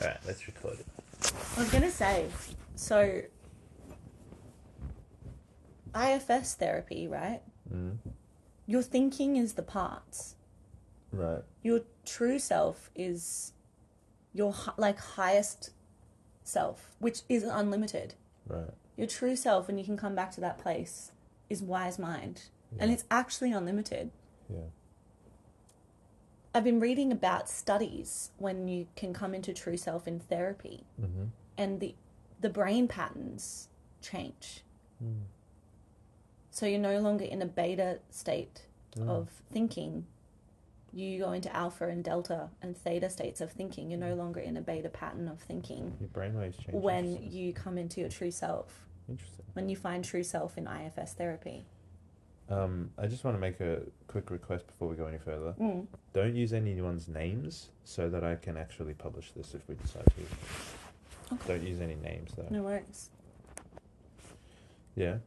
All right, let's record it. I was gonna say, so IFS therapy, right? Mm. Your thinking is the parts. Right. Your true self is your hi- like highest self, which is unlimited. Right. Your true self, when you can come back to that place, is wise mind, and Yeah. it's actually unlimited. Yeah. I've been reading about studies when you can come into true self in therapy, Mhm. and the the brain patterns change. Mm. So you're no longer in a beta state Mm. of thinking. You go into alpha and delta and theta states of thinking. You're no Mm. longer in a beta pattern of thinking Your brainwaves change. when Interesting. you come into your true self, Interesting. when you find true self in IFS therapy. Um, I just want to make a quick request before we go any further. Mm. Don't use anyone's names so that I can actually publish this if we decide to. Okay. Don't use any names though. No worries. Yeah.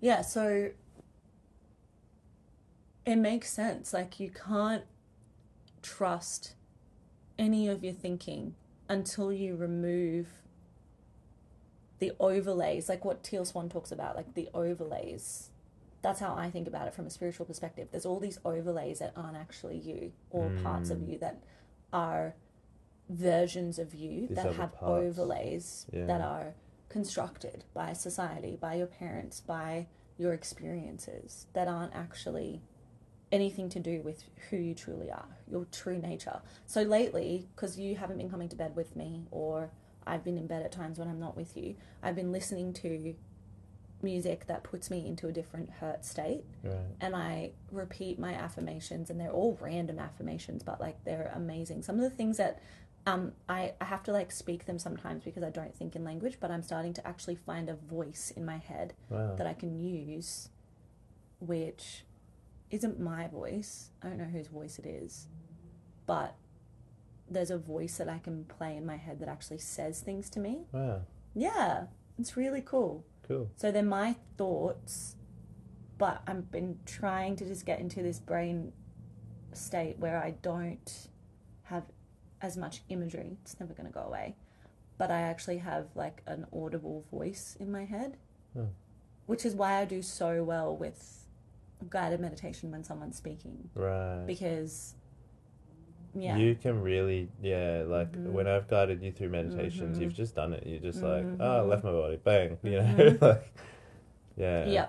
Yeah, so it makes sense. Like, you can't trust any of your thinking until you remove the overlays, like what Teal Swan talks about, like the overlays. That's how I think about it from a spiritual perspective. There's all these overlays that aren't actually you, or parts of Mm. you that are versions of you These that other have parts. overlays that Yeah. are constructed by society, by your parents, by your experiences that aren't actually anything to do with who you truly are, your true nature. So lately, because you haven't been coming to bed with me, or I've been in bed at times when I'm not with you, I've been listening to music that puts me into a different hurt state Right. and I repeat my affirmations, and they're all random affirmations, but like they're amazing. Some of the things that um, I, I have to like speak them sometimes because I don't think in language, but I'm starting to actually find a voice in my head Wow. that I can use, which isn't my voice. I don't know whose voice it is, but there's a voice that I can play in my head that actually says things to me. Wow. Yeah, it's really cool. Cool. So they're my thoughts, but I've been trying to just get into this brain state where I don't have as much imagery. It's never going to go away. But I actually have like an audible voice in my head, Hmm. which is why I do so well with guided meditation when someone's speaking Right. because, yeah. You can really, yeah, like Mhm. when I've guided you through meditations, Mhm. you've just done it. You're just like, oh, I Mhm. left my body, bang, you know, Mhm. like, yeah. yeah.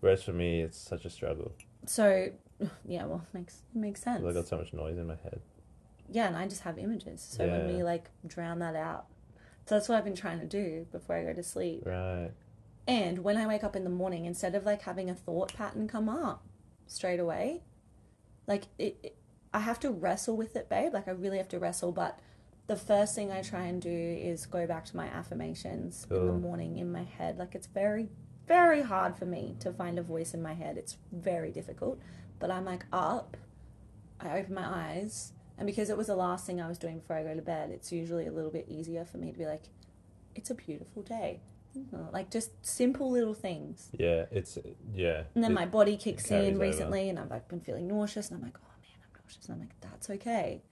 Whereas for me, it's such a struggle. So, yeah, well, makes makes sense. 'cause I got so much noise in my head. yeah, and I just have images. So when Yeah. we like drown that out. So that's what I've been trying to do before I go to sleep. Right. And when I wake up in the morning, instead of like having a thought pattern come up straight away, like it, it I have to wrestle with it, babe. Like I really have to wrestle. But the first thing I try and do is go back to my affirmations in the Cool. morning in my head. Like it's very, very hard for me to find a voice in my head. It's very difficult. But I'm like up, I open my eyes, and because it was the last thing I was doing before I go to bed, it's usually a little bit easier for me to be like, it's a beautiful day. Mhm. Like just simple little things. Yeah. It's, yeah. And then it- my body kicks carries in over. recently, and I've like been feeling nauseous, and I'm like, oh man, I'm nauseous, and I'm like, that's okay,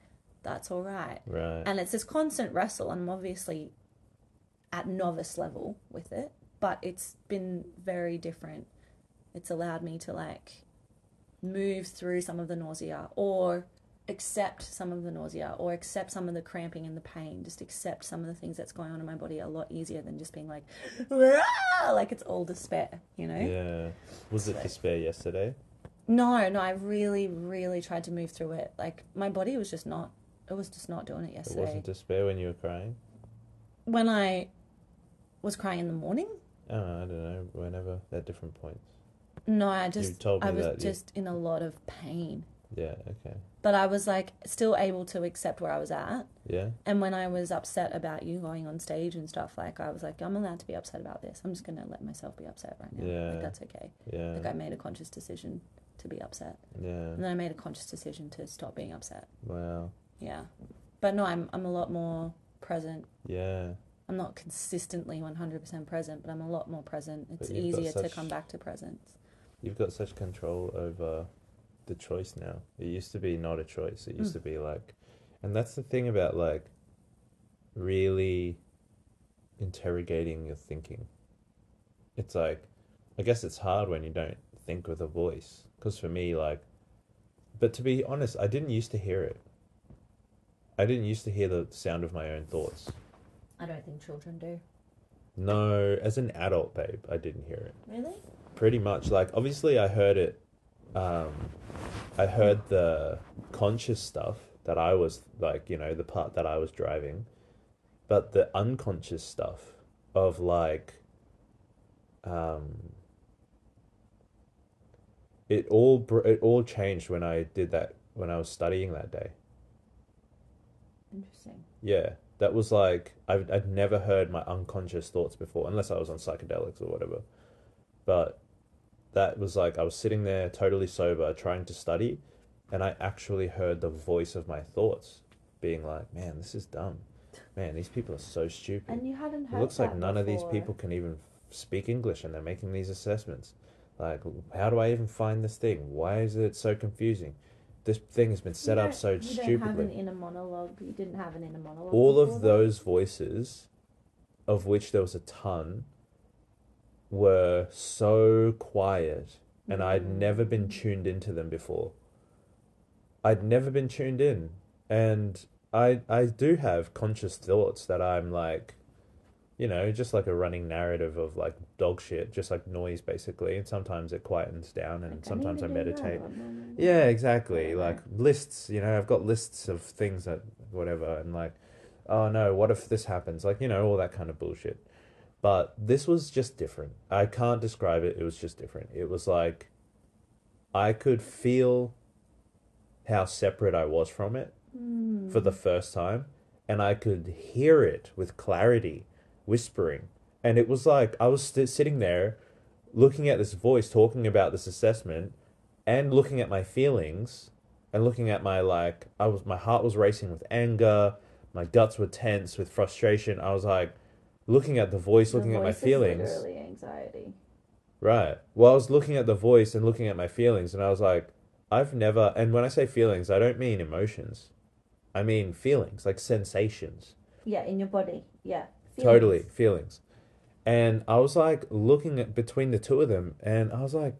that's all right. Right. And it's this constant wrestle. I'm obviously at novice level with it, but it's been very different. It's allowed me to like move through some of the nausea or accept some of the nausea or accept some of the cramping and the pain. Just accept some of the things that's going on in my body a lot easier than just being like, "Rah!" like it's all despair, you know? Yeah. Was it So- despair yesterday? No, no, I really, really tried to move through it. Like my body was just not, it was just not doing it It yesterday. wasn't despair when you were crying? when I was crying in the morning, Oh, I don't know. Whenever at different points. no, I You just told me I was that. you- just in a lot of pain. Yeah. Okay. But I was like still able to accept where I was at. Yeah. And when I was upset about you going on stage and stuff, like I was like, I'm allowed to be upset about this. I'm just gonna let myself be upset right now. Yeah. Like that's okay. Yeah. Like I made a conscious decision to be upset. Yeah. And then I made a conscious decision to stop being upset. Wow. Yeah. But no, I'm I'm a lot more present. Yeah. I'm not consistently 100% present, but I'm a lot more present. It's you've got easier to such- come back to presence. You've got such control over the choice now. It used to be not a choice. It used Mm. to be like, and that's the thing about like really interrogating your thinking. It's like, I guess it's hard when you don't think with a voice. Because for me, like, but to be honest, I didn't used to hear it. I didn't used to hear the sound of my own thoughts. I don't think children do. No, as an adult, babe, I didn't hear it. Really? Pretty much, like, obviously, I heard it. Um, I heard the conscious stuff that I was like, you know, the part that I was driving, but the unconscious stuff of like, um, it all br- it all changed when I did that when I was studying that day. Interesting. Yeah, that was like I've I'd never heard my unconscious thoughts before, unless I was on psychedelics or whatever. But that was like I was sitting there totally sober, trying to study, and I actually heard the voice of my thoughts being like, "Man, this is dumb. Man, these people are so stupid. And you hadn't It heard. looks like that none of these before. people can even speak English, and they're making these assessments. Like, how do I even find this thing? Why is it so confusing? This thing has been You set up don't- so you stupidly." Don't have an inner monologue. You didn't have an inner monologue. all before of that? those voices, of which there was a ton, were so quiet, and I'd Mm. Hmm. never been tuned into them before. I'd never been tuned in, and I I do have conscious thoughts that I'm like, you know, just like a running narrative of like dog shit, just like noise basically, and sometimes it quietens down, Like, and need sometimes to I do that. meditate. Blah, blah, blah, blah. Yeah, exactly. know. Like lists, you know, I've got lists of things that whatever, and like, oh no, what if this happens? Like, you know, all that kind of bullshit. But this was just different. I can't describe it. It was just different. It was like I could feel how separate I was from it Mm. for the first time, and I could hear it with clarity whispering. And it was like I was st- sitting there looking at this voice talking about this assessment and looking at my feelings and looking at my like I was my heart was racing with anger, my guts were tense with frustration. I was like looking at the voice, The looking at my voice is feelings. Literally anxiety. Right. Well, I was looking at the voice and looking at my feelings, and I was like, I've never, and when I say feelings, I don't mean emotions. I mean feelings, like sensations. Yeah, in your body. Yeah. Totally, feelings. And I was like looking at between the two of them, and I was like,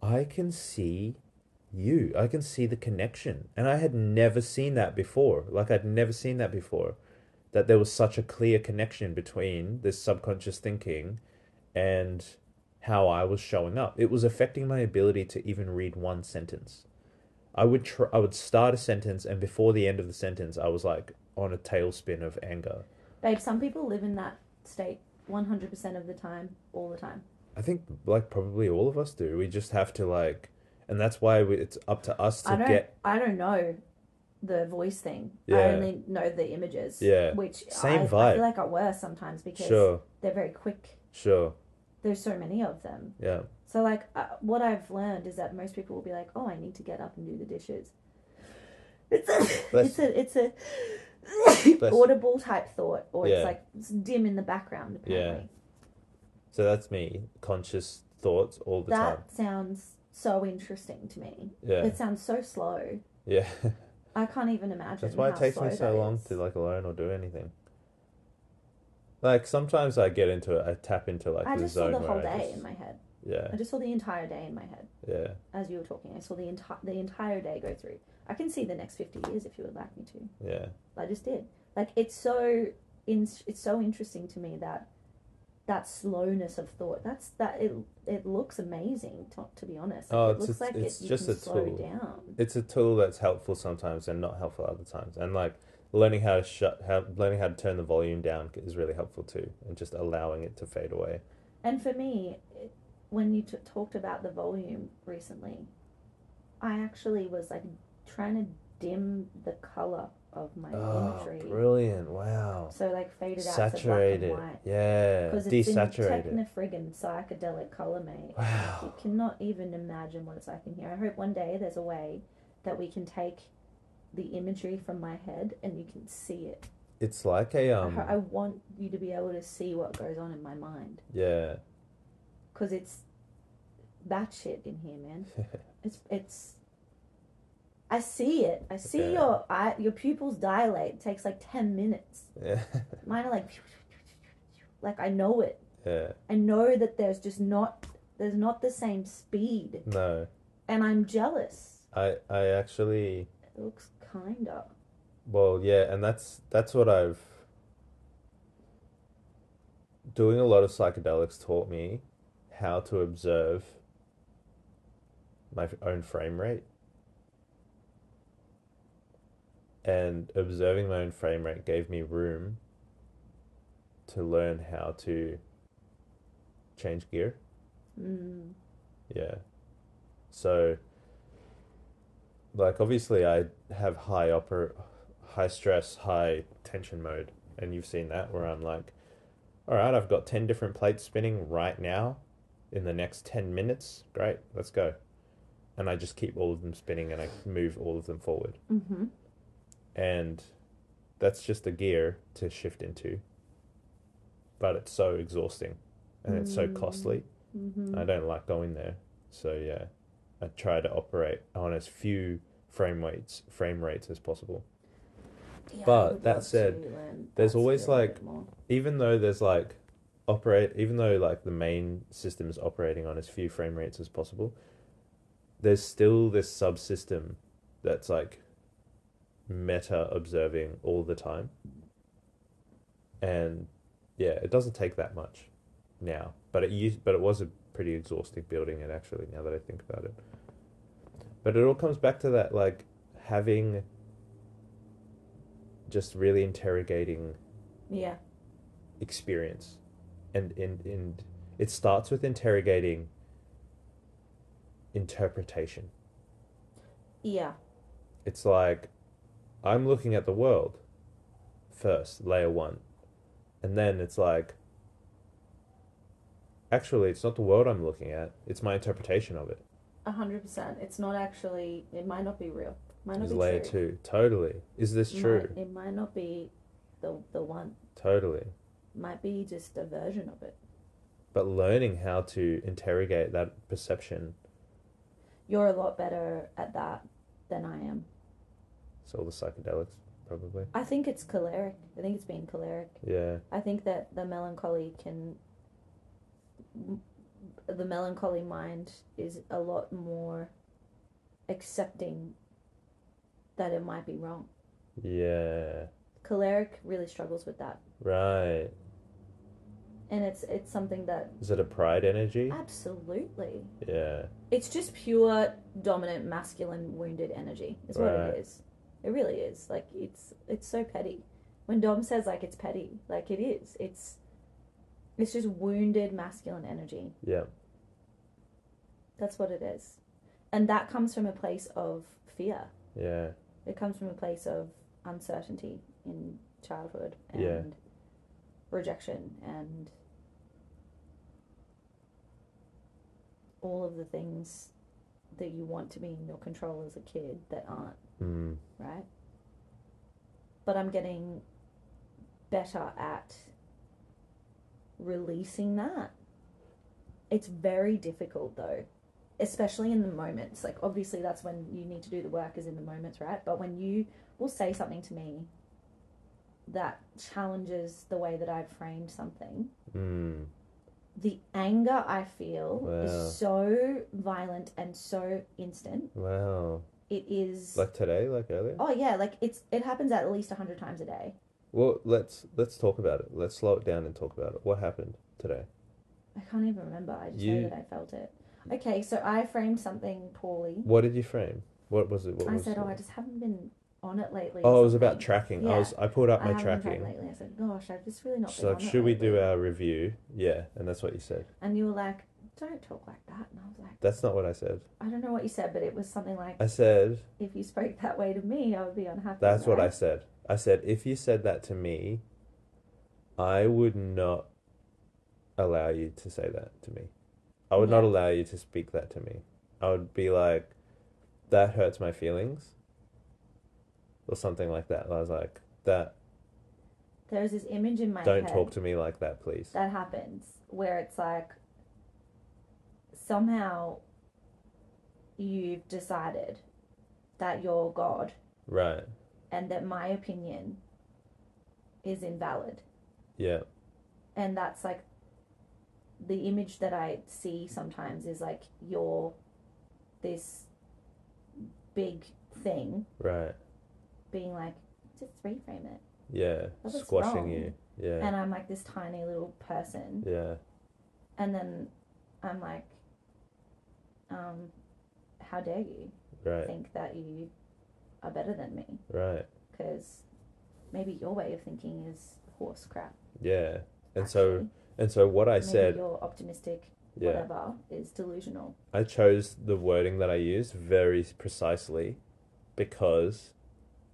I can see you. I can see the connection. And I had never seen that before. Like, I'd never seen that before. That there was such a clear connection between this subconscious thinking and how I was showing up. It was affecting my ability to even read one sentence. I would tr- I would start a sentence, and before the end of the sentence, I was like on a tailspin of anger. Babe, some people live in that state 100% of the time, all the time. I think like probably all of us do. We just have to like, and that's why we, it's up to us to I don't get. I don't know the voice thing. I Yeah. only know the images. Yeah. Which Same I, I vibe. feel like are worse sometimes because Sure, they're very quick. sure, There's so many of them. yeah, So like uh, what I've learned is that most people will be like, "Oh, I need to get up and do the dishes." It's a Bless it's a it's a Bless you. audible type thought or Yeah. it's like it's dim in the background apparently. So that's me, conscious thoughts all the time. That sounds so interesting to me. Yeah, It sounds so slow. yeah. I can't even imagine. that's why it how takes me slow so that long is. to like learn or do anything. Like sometimes I get into it, I tap into like I the just saw zone the where whole I day just- in my head. yeah, I just saw the entire day in my head yeah. as you were talking. I saw the entire the entire day go through. I can see the next fifty years if you would like me to. Yeah, I just did. Like it's so in, it's so interesting to me that that slowness of thought. That's that it it looks amazing to, to be honest. Oh, it it's looks just- like it's it, you just can a slow tool. down. it's a tool that's helpful sometimes and not helpful other times. And like learning how to shut, how learning how to turn the volume down is really helpful too, and just allowing it to fade away. And for me, it, when you t- talked about the volume recently, I actually was like trying to dim the color of my Oh, imagery. brilliant! Wow, So like faded out saturate to it. black and white. Yeah, Because it's desaturate in it. techno-friggin' psychedelic color, mate. You Wow. cannot even imagine what it's like in here. I hope one day there's a way that we can take the imagery from my head and you can see it. It's like a I um. ho- I want you to be able to see what goes on in my mind Yeah, because it's batshit in here, man. It's it's I see it. I see Okay. your eye, your pupils dilate. It takes like ten minutes. Yeah. Mine are like, like I know it. yeah. I know that there's just not there's not the same speed, No. and I'm jealous. I I actually It looks kinda. Well, yeah, and that's that's what I've doing a lot of psychedelics taught me how to observe my f- own frame rate. And observing my own frame rate gave me room to learn how to change gear. Mm. Yeah. So, like, obviously, I have high upper, high stress, high tension mode, and you've seen that where I'm like, all right, I've got 10 different plates spinning right now in the next 10 minutes. Great, let's go. And I just keep all of them spinning and I move all of them forward. Mm-hmm. And that's just a gear to shift into. But it's so exhausting and it's so Mm. costly. Mm-hmm. I don't like going there. So yeah, I try to operate on as few frame rates frame rates as possible. Yeah, I But would that love said, to learn there's that always, skill a like- bit more. Even though there's like operate even though like the main system is operating on as few frame rates as possible, there's still this subsystem that's like meta observing all the time. And yeah, it doesn't take that much now, but it used, but it was a pretty exhausting building it actually now that I think about it. But it all comes back to that like having just really interrogating yeah, experience and and and it starts with interrogating interpretation yeah, it's like i'm looking at the world first layer 1 and then it's like actually it's not the world i'm looking at it's my interpretation of it a hundred percent. It's not actually. It might not be real. Might not is be layer true. 2 totally is this true Might, it might not be the the one. totally Might be just a version of it. but learning how to interrogate that perception You're a lot better at that than I am. it's all the psychedelics probably I think it's choleric. I think it's being choleric. yeah I think that the melancholy can. m- The melancholy mind is a lot more accepting that it might be wrong. yeah Choleric really struggles with that. Right. And it's it's something that Is it a pride energy? absolutely Yeah. it's just pure dominant masculine wounded energy is what Right. it is it really is like it's it's so petty when dom says like it's petty like it is it's it's just wounded masculine energy Yeah. that's what it is and that comes from a place of fear Yeah. it comes from a place of uncertainty in childhood and Yeah. rejection and all of the things that you want to be in your control as a kid that aren't Mm. right but i'm getting better at releasing that it's very difficult though especially in the moments like obviously that's when you need to do the work is in the moments right but when you will say something to me that challenges the way that i've framed something Mm. the anger i feel Wow. is so violent and so instant Wow. it is Like today, like earlier? Oh yeah, like it's it happens at least hundred times a day. Well, let's let's talk about it. Let's slow it down and talk about it. What happened today? I can't even remember. I just You- know that I felt it. Okay, so I framed something poorly. What did you frame? What was it? What I was said, it? "Oh, I just haven't been on it lately." Oh, or it was about something. tracking. I Yeah. was I pulled up my I haven't been tracking. tracked lately. I said, "Gosh, I've just really not She's been like, on it should we do lately." our review? Yeah, and that's what you said. And you were like, "Don't talk like that." And I was like, That's not what I said. "I don't know what you said, but it was something like, I said if you spoke that way to me, I would be unhappy." That's what I right? said. I said, if you said that to me, I would not allow you to say that to me. I would not Yeah. allow you to speak that to me. I would be like, that hurts my feelings, or something like that. I was like, that, There was this image in my don't head. talk to me like that, please. that happens where it's like somehow you've decided that you're God Right. and that my opinion is invalid. Yeah. And that's like the image that I see sometimes is like you're this big thing Right. being like, just reframe it. Yeah. But it's Squashing wrong. you. Yeah. And I'm like this tiny little person. yeah. And then I'm like, um, how dare you Right. think that you are better than me? Right. Because maybe your way of thinking is horse crap. Yeah. And so actually. and so what I maybe said, your optimistic yeah, whatever is delusional. I chose the wording that I used very precisely because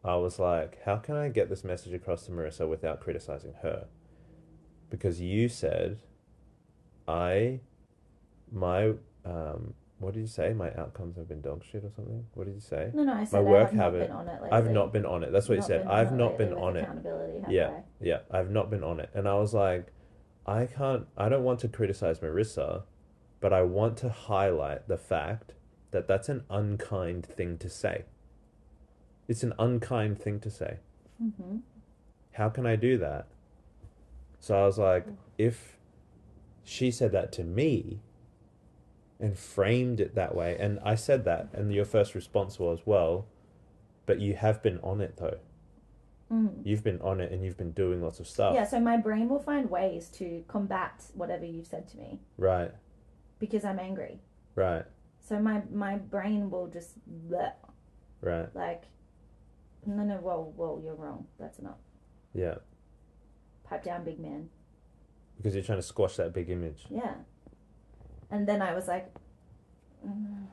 I was like, how can I get this message across to Marissa without criticizing her? Because you said, I, my, um, what did you say? My outcomes have been dog shit or something? What did you say? No, no, I said work I have habit- not been on it lately. I've not been on it. That's what you Not said. been on I've it not lately been with on it. Accountability, have Yeah. Yeah, I've not been on it. And I was like, I can't, I don't want to criticize Marissa, but I want to highlight the fact that that's an unkind thing to say. It's an unkind thing to say. I? hmm How can I do that? So I was like, if she said that to me and framed it that way, and I said that, and your first response was, well, but you have been on it though. Mm. You've been on it and you've been doing lots of stuff. Yeah, so my brain will find ways to combat whatever you've said to me Right, because I'm angry. right. So my my brain will just bleh, Right. like, no, no, whoa, whoa, you're wrong. That's enough. Yeah. Pipe down, big man. Because you're trying to squash that big image. Yeah. And then I was like, mm,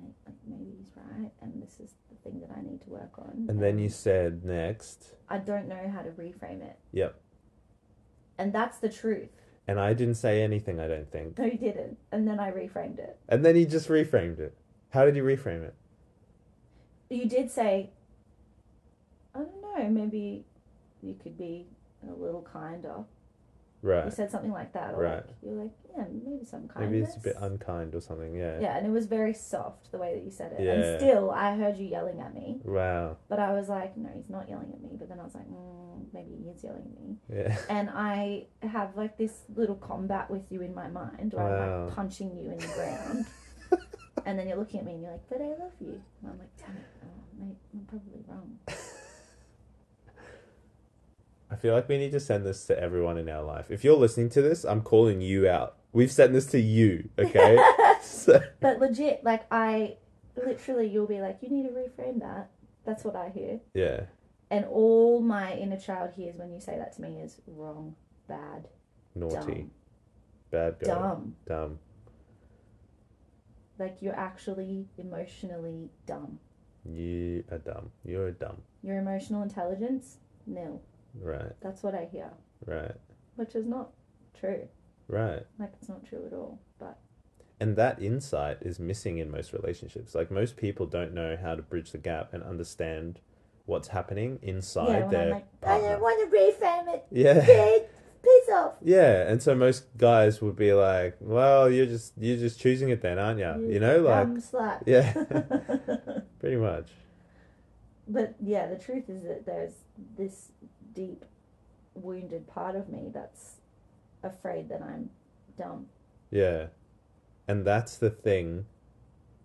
like, like maybe he's right, and this is the thing that I need to work on. And then you said next, I don't know how to reframe it. Yep. And that's the truth. and I didn't say anything, I don't think. No, you didn't. And then I reframed it. And then he just reframed it. How did you reframe it? You did say, I don't know, maybe you could be a little kinder. You Right. said something like that. Or Right. Like, you were like, yeah, maybe some kindness. Maybe it's a bit unkind or something. Yeah. yeah, and it was very soft the way that you said it. Yeah. And still, I heard you yelling at me. Wow. But I was like, no, he's not yelling at me. But then I was like, mm, maybe he is yelling at me. Yeah. And I have like this little combat with you in my mind where I'm Wow. like punching you in the ground. and then you're looking at me and you're like, but I love you. And I'm like, damn it, oh, mate, I'm probably wrong. I feel like we need to send this to everyone in our life. If you're listening to this, I'm calling you out. We've sent this to you, okay? so, But legit, like, I literally, you'll be like, you need to reframe that. That's what I hear. yeah. And all my inner child hears when you say that to me is wrong, bad, Naughty. dumb, Bad girl. dumb. Dumb. Like, you're actually emotionally dumb. You are dumb. You're dumb. Your emotional intelligence? Nil. Right. That's what I hear, Right. which is not true. Right. Like, it's not true at all. But And that insight is missing in most relationships. Like most people don't know how to bridge the gap and understand what's happening yeah, inside when their I'm like, I partner. don't want to reframe it, Yeah. dude. Piss off. Yeah, and so most guys would be like, "Well, you're just you're just choosing it then, aren't you?" Mm. You know, like dumb slut. yeah, pretty much. but yeah, the truth is that there's this deep, wounded part of me that's afraid that I'm dumb. Yeah. And that's the thing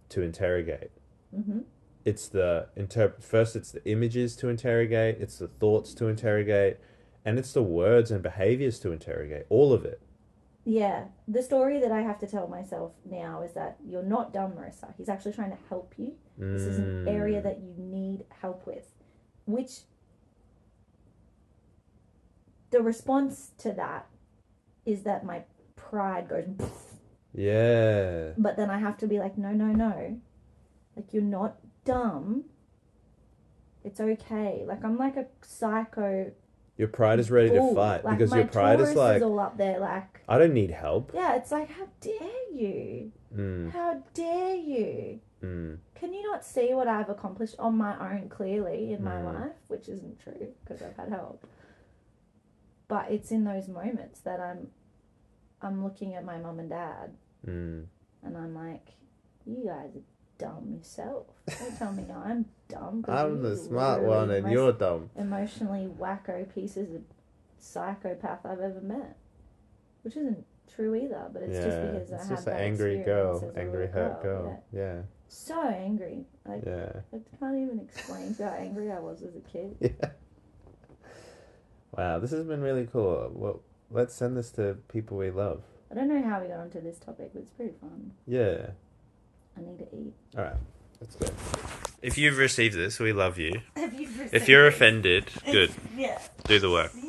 to interrogate. Mm-hmm. It's the interpret first it's the images to interrogate, it's the thoughts to interrogate, and it's the words and behaviors to interrogate. All of it. Yeah, the story that I have to tell myself now is that you're not dumb, Marissa. He's actually trying to help you. This is an area Mm. that you need help with. Which the response to that is that my pride goes, Yeah. but then I have to be like, no, no, no. Like, you're not dumb. It's okay. Like, I'm like a psycho. Your pride is ready bull. to fight Like, because my your pride Taurus is like, all up there. Like, I don't need help. yeah, it's like, how dare you? Mm, How dare you? mm, Can you not see what I've accomplished on my own clearly in my Mm. life? Which isn't true because I've had help. But it's in those moments that I'm I'm looking at my mum and dad mm. and I'm like, You guys are dumb yourself. Don't tell me I'm dumb. 'cause I'm you're the smart literally one the and most you're dumb. emotionally wacko pieces of psychopath I've ever met, which isn't true either. But it's just yeah, because I it's had just an that angry experience girl, as a angry little hurt girl. yeah. Yeah, So angry, like yeah, I can't even explain how angry I was as a kid. yeah. Wow, this has been really cool. Well, let's send this to people we love. I don't know how we got onto this topic, but it's pretty fun. Yeah. I need to eat. All right. That's good. If you've received this, we love you. Have you If you're offended, good. Yeah. Do the work.